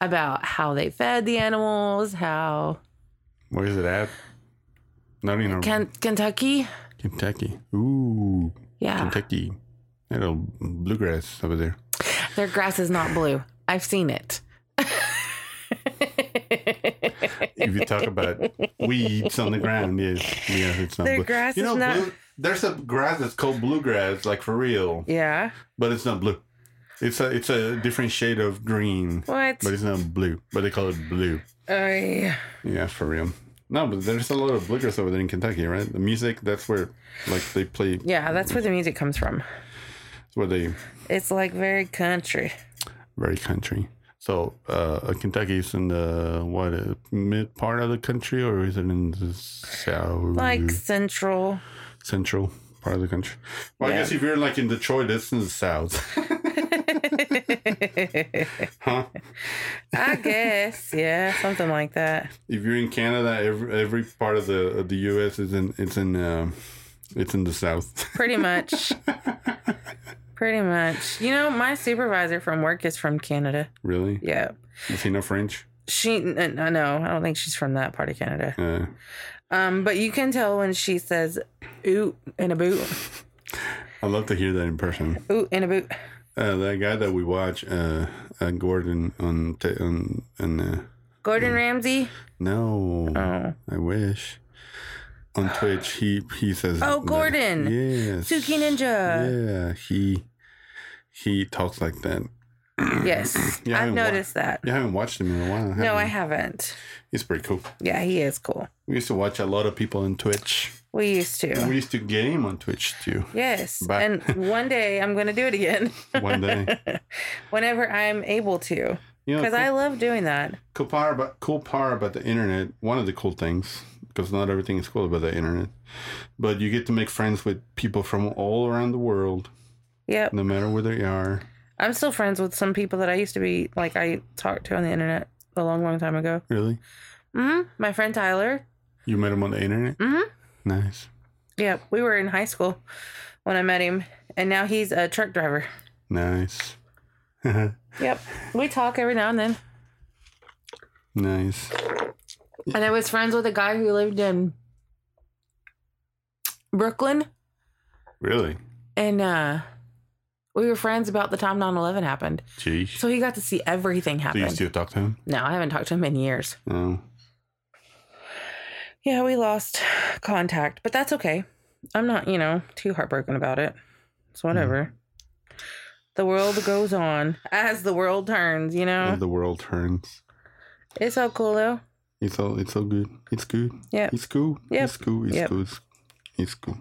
S2: about how they fed the animals. How
S1: Where is it at? Not in
S2: Ken- Kentucky?
S1: Kentucky. Ooh,
S2: Yeah,
S1: Kentucky. Little bluegrass over there.
S2: their grass is not blue. I've seen it.
S1: If you talk about weeds on the ground, yes, yes, it's not.
S2: Their grass
S1: you
S2: is
S1: know,
S2: not-
S1: blue, there's a grass that's called bluegrass, like for real,
S2: Yeah.
S1: but it's not blue. It's a it's a different shade of green,
S2: What?
S1: but it's not blue. But they call it blue.
S2: I-
S1: Yeah, for real. No, but there's a lot of bluegrass over there in Kentucky, right? The music that's where, like, they play. That's
S2: yeah, that's where the music comes from.
S1: where they
S2: It's like very country.
S1: very country. So, uh, Kentucky is in the what uh, mid part of the country, or is it in the south,
S2: Like central.
S1: central part of the country? Well, I guess if you're like in Detroit, it's in the south. huh?
S2: I guess. Yeah, something like that.
S1: If you're in Canada, every every part of the of the U.S. is in it's in um it's in the south.
S2: Pretty much. Pretty much. You know, my supervisor from work is from Canada.
S1: really?
S2: Yeah.
S1: Is he no French?
S2: She, n- n- no, I don't think she's from that part of Canada.
S1: Uh,
S2: Um, but you can tell when she says "oot" and a boot,
S1: I love to hear that in person.
S2: "oot" and a boot.
S1: Uh, that guy that we watch, uh, uh Gordon on t- on on. Uh,
S2: Gordon Ramsay.
S1: No,
S2: Oh.
S1: I wish. On Twitch, he he says.
S2: Oh,
S1: that-
S2: Gordon.
S1: Yes.
S2: Suki Ninja.
S1: Yeah, he he talks like that.
S2: Yes,
S1: Yeah, I
S2: I've
S1: haven't wa-
S2: noticed that.
S1: You haven't watched him in a while. have
S2: No, I
S1: you?
S2: haven't.
S1: He's pretty cool.
S2: Yeah, he is cool.
S1: We used to watch a lot of people on Twitch.
S2: We used
S1: We
S2: to.
S1: used to game on Twitch too.
S2: Yes,
S1: Bye.
S2: and one day I'm gonna do it again.
S1: One day,
S2: Whenever I'm able to,
S1: you know,
S2: because
S1: cool,
S2: I love doing that.
S1: cool part about cool part about the internet. One of the cool things, because not everything is cool about the internet, but you get to make friends with people from all around the world,
S2: Yep,
S1: no matter where they are.
S2: I'm still friends with some people that I used to be like I talked to on the internet a long, long time ago.
S1: Really,
S2: hmm My friend Tyler.
S1: you met him on the internet.
S2: hmm
S1: Nice.
S2: Yep, we were in high school when I met him, and now he's a truck driver.
S1: Nice.
S2: Yep, we talk every now and then.
S1: nice.
S2: And I was friends with a guy who lived in Brooklyn.
S1: Really?
S2: And uh, we were friends about the time 9 11 happened.
S1: Geez.
S2: So he got to see everything
S1: Do you
S2: happen.
S1: still talk to him? Oh,
S2: No, I haven't talked to him in years.
S1: No.
S2: Yeah, we lost contact, but that's okay. I'm not, you know, too heartbroken about it.
S1: Hmm.
S2: It's whatever. The world goes on as the world turns, you know?
S1: As the world turns.
S2: It's so cool though.
S1: It's all it's all good. It's good.
S2: Yep.
S1: It's cool.
S2: Yep.
S1: It's cool. It's
S2: Yep.
S1: cool. It's, it's cool.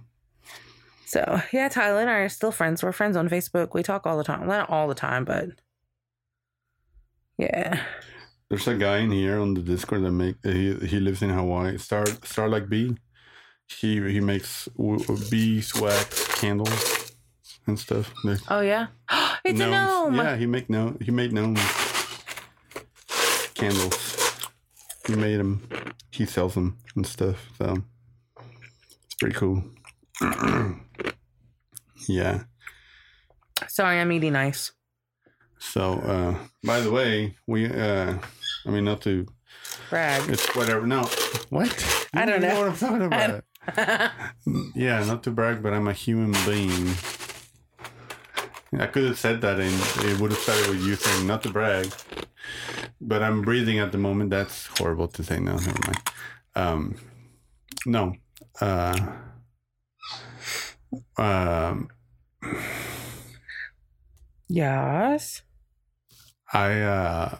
S2: So yeah, Tyler and I are still friends. We're friends on Facebook. We talk all the time. Well, Not all the time, but yeah.
S1: There's a guy in here on the Discord that make uh, he he lives in Hawaii. Star Star like bee. He he makes w- beeswax candles and stuff. There's
S2: Oh yeah. it's a gnome.
S1: Yeah, he make no he made gnomes candles. He made them. He sells them and stuff. So it's pretty cool. yeah.
S2: Sorry, I'm eating ice.
S1: So uh by the way, we uh I mean not to
S2: Brag.
S1: it's whatever. No. What? You
S2: I don't
S1: even
S2: know.
S1: what I'm talking about. yeah, not to brag, but I'm a human being. I could have said that and it would have started with you saying not to brag, but I'm breathing at the moment. That's horrible to say. No, never mind. Um, no. Uh, um,
S2: Yes.
S1: I, uh,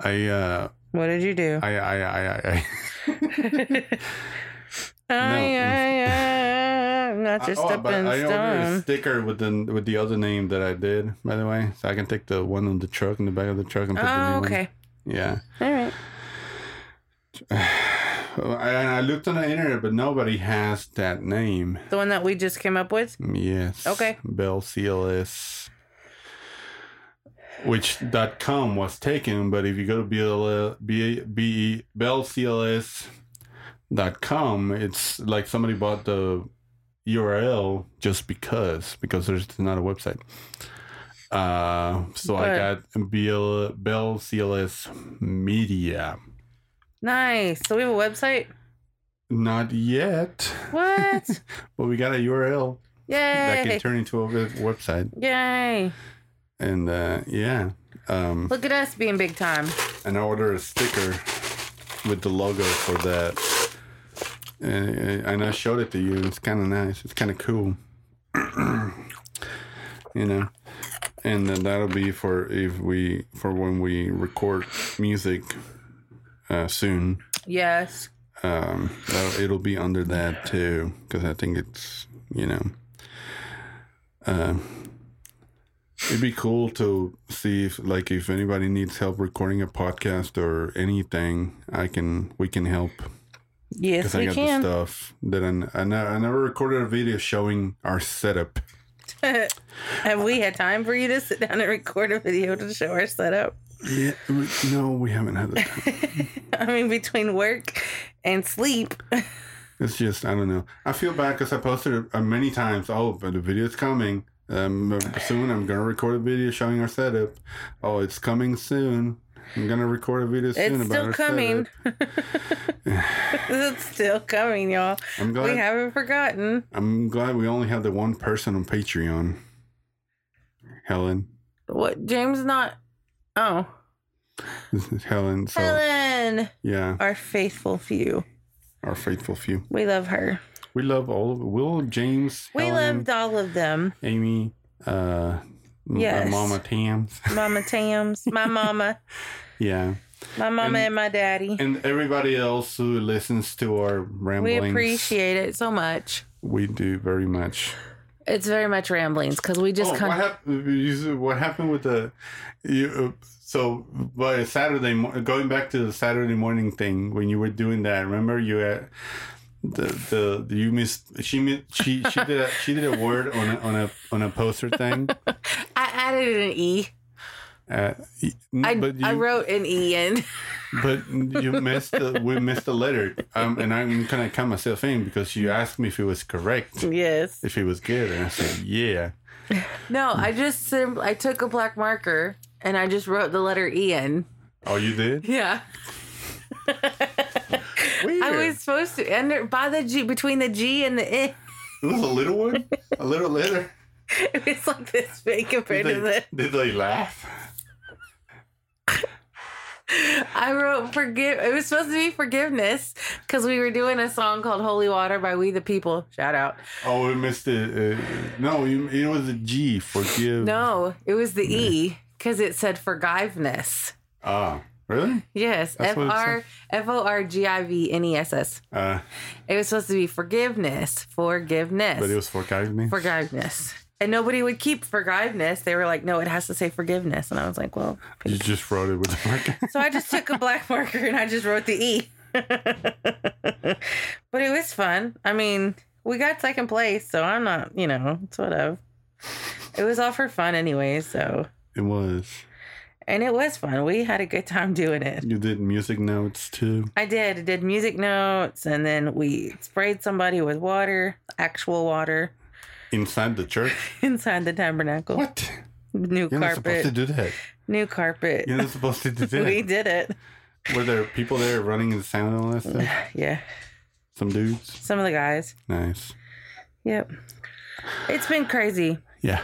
S1: I, uh,
S2: What did you do?
S1: I, I, I, I, I.
S2: I, I, am not just
S1: oh, but
S2: stepping
S1: I ordered a
S2: stone.
S1: sticker with the with the other name that I did, by the way, so I can take the one on the truck in the back of the truck and put the
S2: Oh,
S1: new one.
S2: okay.
S1: Yeah.
S2: All right.
S1: And I looked on the internet, but nobody has that name.
S2: The one that we just came up with.
S1: Yes.
S2: Okay.
S1: Bell CLS. Which dot com was taken, but if you go to BL, B, B, bellcls.com, it's like somebody bought the URL just because, because there's not a website. Uh, so I
S2: But-
S1: got BL, Bell CLS Media.
S2: Nice. So we have a website.
S1: Not yet,
S2: What?
S1: but we got a URL that
S2: Yay!
S1: can turn into a web- website.
S2: Yay!
S1: And uh, yeah, um,
S2: Look at us being big time.
S1: and I ordered a sticker with the logo for that. And, and I showed it to you. It's kind of nice. It's kind of cool. you know, and then that'll be for if we for when we record music uh, soon.
S2: Yes.
S1: Um, that'll- it'll be under that too because I think it's you know, uh, it'd be cool to see if like if anybody needs help recording a podcast or anything, I can we can help
S2: Yes,
S1: I
S2: we
S1: got the
S2: can.
S1: stuff that I, n- I, ne- I never recorded a video showing our setup.
S2: have we had time for you to sit down and record a video to show our setup?
S1: Yeah, we- no, we haven't had that.
S2: I mean, between work and sleep.
S1: It's just I don't know. I feel bad because I posted it, uh, many times. Oh, but the video's coming um, soon. I'm gonna record a video showing our setup. Oh, it's coming soon. I'm gonna record a video soon
S2: It's
S1: about
S2: still
S1: our
S2: coming.
S1: setup.
S2: it's still coming, y'all.
S1: I'm
S2: We
S1: glad.
S2: haven't forgotten.
S1: I'm glad we only have the one person on Patreon. Helen,
S2: What? James not. Oh.
S1: this is Helen. So
S2: Helen,
S1: yeah,
S2: our faithful few.
S1: our faithful few.
S2: We love her.
S1: We love all of Will, James,
S2: We
S1: Helen,
S2: loved all of them.
S1: Amy, uh, m-
S2: Yes.
S1: Mama Tams.
S2: Mama Tams, my mama,
S1: yeah.
S2: my mama,
S1: And-
S2: and my daddy.
S1: and everybody else who listens to our
S2: We
S1: ramblings.
S2: appreciate it so much.
S1: We do very much.
S2: It's very much ramblings because we just
S1: oh,
S2: con-
S1: what, hap- you- what happened with the you? Uh, so by Saturday, mo- going back to the Saturday morning thing when you were doing that, remember you had the the you missed she mi- she she did a, she did a word on a on a on a poster thing.
S2: I added an E.
S1: Uh, no,
S2: I,
S1: but you,
S2: I wrote an E in.
S1: But you missed the we missed the letter, um, and I'm gonna count myself in because you asked me if it was correct.
S2: yes.
S1: if it was good. And I said, yeah.
S2: No, I just sim- I took a black marker and I just wrote the letter E in.
S1: Oh, you did?
S2: Yeah.
S1: Weird.
S2: I was supposed to under by the G between the G and the I.
S1: it was a little one, a little letter.
S2: It's like this big compared
S1: Did
S2: to the
S1: they, did they laugh?
S2: I wrote forgive. It was supposed to be forgiveness because we were doing a song called "Holy Water" by We the People. Shout out.
S1: Oh, we missed it. Uh, no, you, it was a G. Forgive.
S2: No, it was the E because it said forgiveness.
S1: Ah, really?
S2: Yes,
S1: That's
S2: F
S1: what it
S2: R F O R G I V N E S S.
S1: Uh,
S2: It was supposed to be forgiveness, forgiveness,
S1: but it was forgive me.
S2: forgiveness. And nobody would keep forgiveness. They were like, "No, it has to say forgiveness." And I was like, "Well."
S1: you just wrote it with the marker.
S2: So I just took a black marker and I just wrote the E. but it was fun. I mean, we got second place, so I'm not, you know, it's whatever. It was all for fun anyway, so
S1: it was.
S2: and it was fun. We had a good time doing it.
S1: You did music notes too.
S2: I did. I did music notes and then we sprayed somebody with water, actual water,
S1: Inside the church?
S2: inside the tabernacle.
S1: What?
S2: New
S1: You're not supposed to do
S2: carpet.
S1: that.
S2: New carpet.
S1: You're not supposed to do
S2: We
S1: that.
S2: did it.
S1: Were there people there running the sound and all that stuff?
S2: Yeah.
S1: Some dudes?
S2: Some of the guys.
S1: Nice.
S2: Yep. It's been crazy.
S1: Yeah.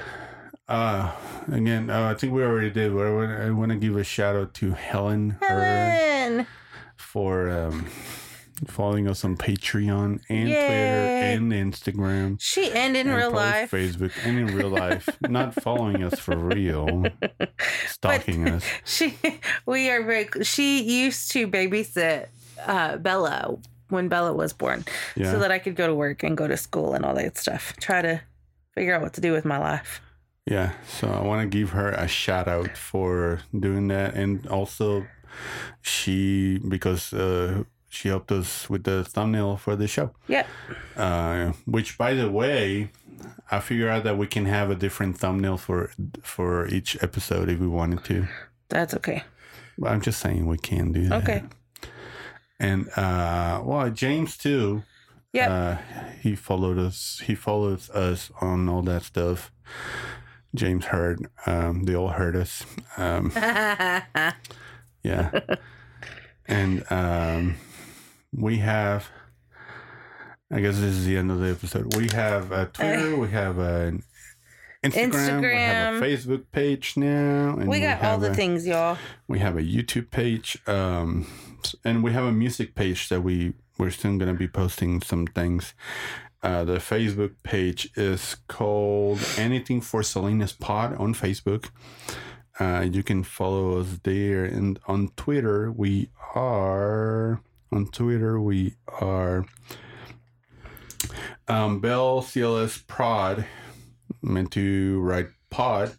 S1: Uh, again, uh, I think we already did, but I want, I want to give a shout out to Helen, Her
S3: Helen.
S1: for um, following us on Patreon and Twitter
S3: Yay.
S1: and Instagram.
S3: She and in
S1: and
S3: real
S1: probably
S3: life.
S1: Facebook, and in real life, not following us for real, stalking us.
S3: She, we are very. She used to babysit uh, Bella when Bella was born,
S1: Yeah,
S3: so that I could go to work and go to school and all that stuff. Try to figure out what to do with my life.
S1: yeah. So I want to give her a shout out for doing that, and also she because uh, she helped us with the thumbnail for the show.
S3: Yep.
S1: Uh, which, by the way, I figured out that we can have a different thumbnail for for each episode if we wanted to.
S3: That's okay.
S1: But I'm just saying we can do that.
S3: Okay.
S1: And uh, well, James too.
S3: Yep.
S1: Uh, he followed us. He follows us on all that stuff. James heard. Um, they all heard us. Um, yeah. and um, we have. I guess this is the end of the episode. We have
S3: Uh,
S1: a Twitter. we have an Instagram, We have
S3: Instagram.
S1: a Facebook page now. And
S3: we got all
S1: have
S3: the
S1: a-
S3: things, y'all.
S1: we have a YouTube page, um, and we have a music page that we we're soon gonna be posting some things. Uh, the Facebook page is called Anything for Salinas Pod on Facebook. Uh, you can follow us there, and on Twitter we are on Twitter we are um, Bell CLS Prod meant to write pod,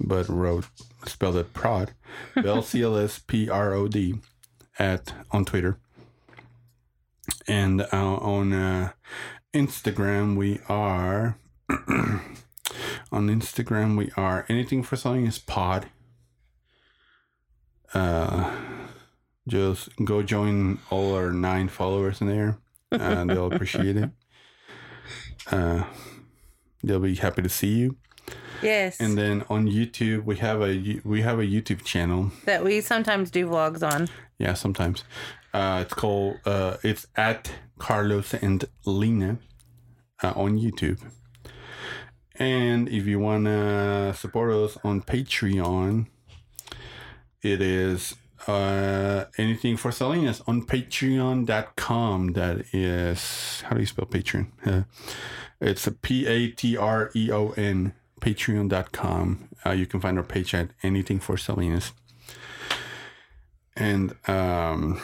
S1: but wrote spelled it prod. Bell C L S P R O D at on Twitter. And uh, on uh, Instagram we are on Instagram we are anything for selling is pod. Uh, just go join all our nine followers in there, and they'll appreciate it. Uh, they'll be happy to see you.
S3: Yes.
S1: And then on YouTube, we have a you- we have a YouTube channel.
S3: that we sometimes do vlogs on.
S1: Yeah, sometimes. Uh, it's called uh, it's at Carlos and Lena uh, on YouTube. And if you wanna support us on Patreon, it is uh, anything for Salinas on Patreon.com. That is how do you spell Patreon? Uh, it's a P A T R E O N Patreon.com. Uh, you can find our page at anything for Salinas and um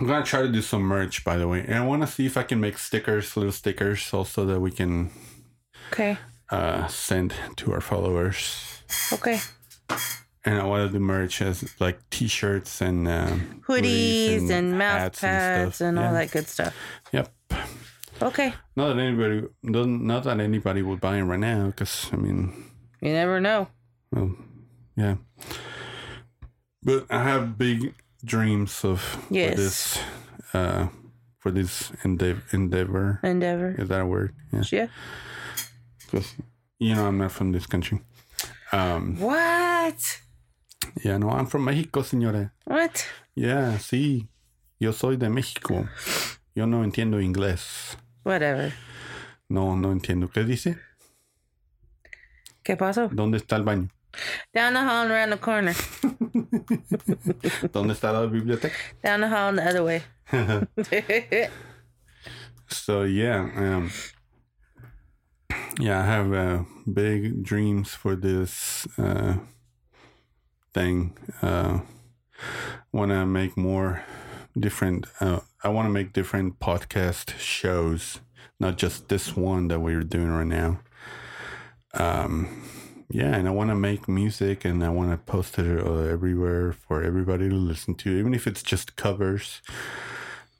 S1: I'm gonna try to do some merch, by the way, and I want to see if I can make stickers, little stickers, also that we can
S3: Okay.
S1: uh, send to our followers.
S3: Okay.
S1: And I want to do merch as like T-shirts and um,
S3: Hoodies and mouse
S1: hats
S3: pads
S1: stuff.
S3: and, all
S1: Yeah.
S3: that good stuff.
S1: Yep.
S3: Okay.
S1: Not that anybody, doesn't- not that anybody would buy it right now, because I mean,
S3: You never know.
S1: well, yeah. But I have big dreams of
S3: Yes.
S1: for this, uh, for this endeav- endeavor.
S3: Endeavor.
S1: Is that a word? Yeah.
S3: Yeah.
S1: 'Cause, you know, I'm not from this country. Um,
S3: What?
S1: yeah, no, I'm from Mexico, señora.
S3: What?
S1: Yeah, sí. Yo soy de México. Yo no entiendo inglés.
S3: Whatever.
S1: No, no entiendo. ¿Qué dice?
S3: ¿Qué pasó?
S1: ¿Dónde está el baño?
S3: Down the hall and around the corner.
S1: ¿Dónde está la biblioteca?
S3: Down the hall and the other way.
S1: So, yeah. Um, yeah, I have uh, big dreams for this uh, thing. Uh, want to make more different. Uh, I want to make different podcast shows, not just this one that we're doing right now. Um, yeah, and I want to make music, and I want to post it uh, everywhere for everybody to listen to, even if it's just covers.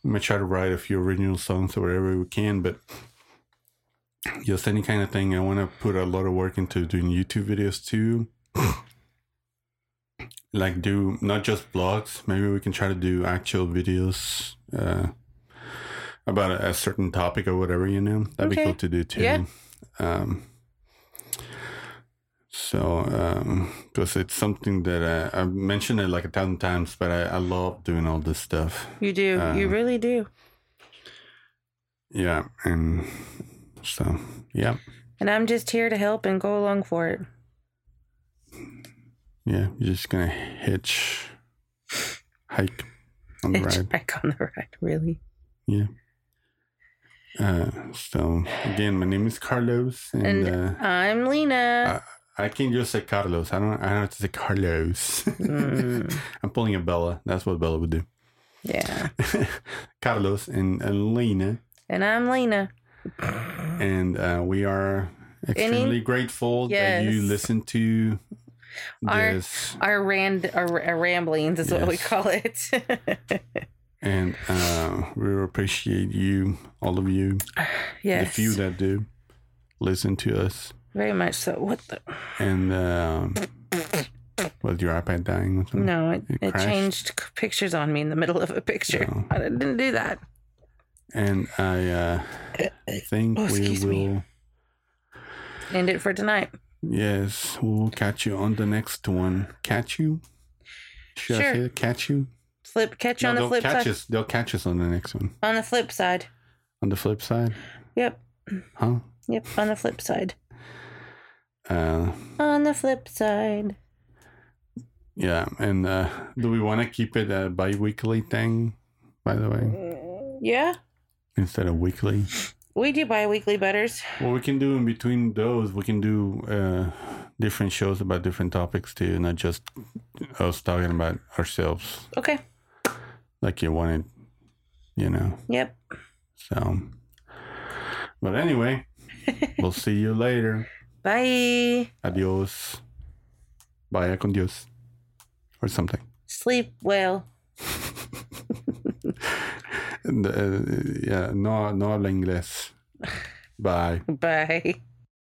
S1: I'm gonna try to write a few original songs or whatever we can, but just any kind of thing. I want to put a lot of work into doing YouTube videos too. like do not just blogs. Maybe we can try to do actual videos uh, about a, a certain topic or whatever. You know, that'd be
S3: Okay.
S1: cool to do too.
S3: Yeah.
S1: Um, so, because it's something that I, I've mentioned it like a thousand times, but I, I love doing all this stuff.
S3: you do. you
S1: Um,
S3: really do.
S1: Yeah, and so yeah,
S2: And I'm just here to help and go along for it.
S1: Yeah, you're just gonna hitch, hike on the
S2: Hitch
S1: ride.
S2: Back on the ride, really.
S1: Uh, so again, my name is Carlos, and,
S2: And,
S1: uh,
S2: I'm Lena.
S1: I can just say Carlos. I don't. I don't have to say Carlos.
S2: Mm,
S1: I'm pulling a Bella. That's what Bella would do.
S2: yeah.
S1: Carlos and Elena,
S2: And I'm Lena.
S1: and uh, we are extremely grateful that you
S2: Yes.
S1: listen to
S2: Our-
S1: this.
S2: Our rand our, our ramblings is what we
S1: Yes.
S2: call it.
S1: and uh, we appreciate you, all of you, the
S2: yes.
S1: few that do listen to us.
S2: Very much so. What the
S1: And um, was your iPad dying? Or something?
S2: No, it,
S1: It
S2: it
S1: crashed. Oh.
S2: changed c- pictures on me in the middle of a picture.
S1: No.
S2: I didn't do that.
S1: And I uh, think
S2: Oh,
S1: we
S2: excuse
S1: will.
S2: me. End it for tonight.
S1: Yes, we'll catch you on the next one. Catch you? Should I
S2: Sure.
S1: say that? catch you?
S2: Flip catch you
S1: No,
S2: on the
S1: they'll
S2: flip
S1: catch
S2: side.
S1: us. They'll catch us on the next one.
S2: On the flip side.
S1: On the flip side,
S2: Yep.
S1: huh?
S2: Yep. On the flip side.
S1: Uh,
S2: On the flip side.
S1: yeah. And uh, do we want to keep it a bi-weekly thing? By the way,
S2: Yeah.
S1: instead of weekly,
S2: We do bi weekly butters.
S1: what we can do in between those, we can do uh, different shows about different topics too, not just us talking about ourselves
S2: Okay.
S1: like you wanted, you know.
S2: Yep.
S1: So, but anyway, we'll see you later.
S2: Bye.
S1: Adios. Vaya con Dios. Or something.
S2: Sleep well.
S1: And, uh, yeah, no, no habla inglés. Bye.
S2: Bye.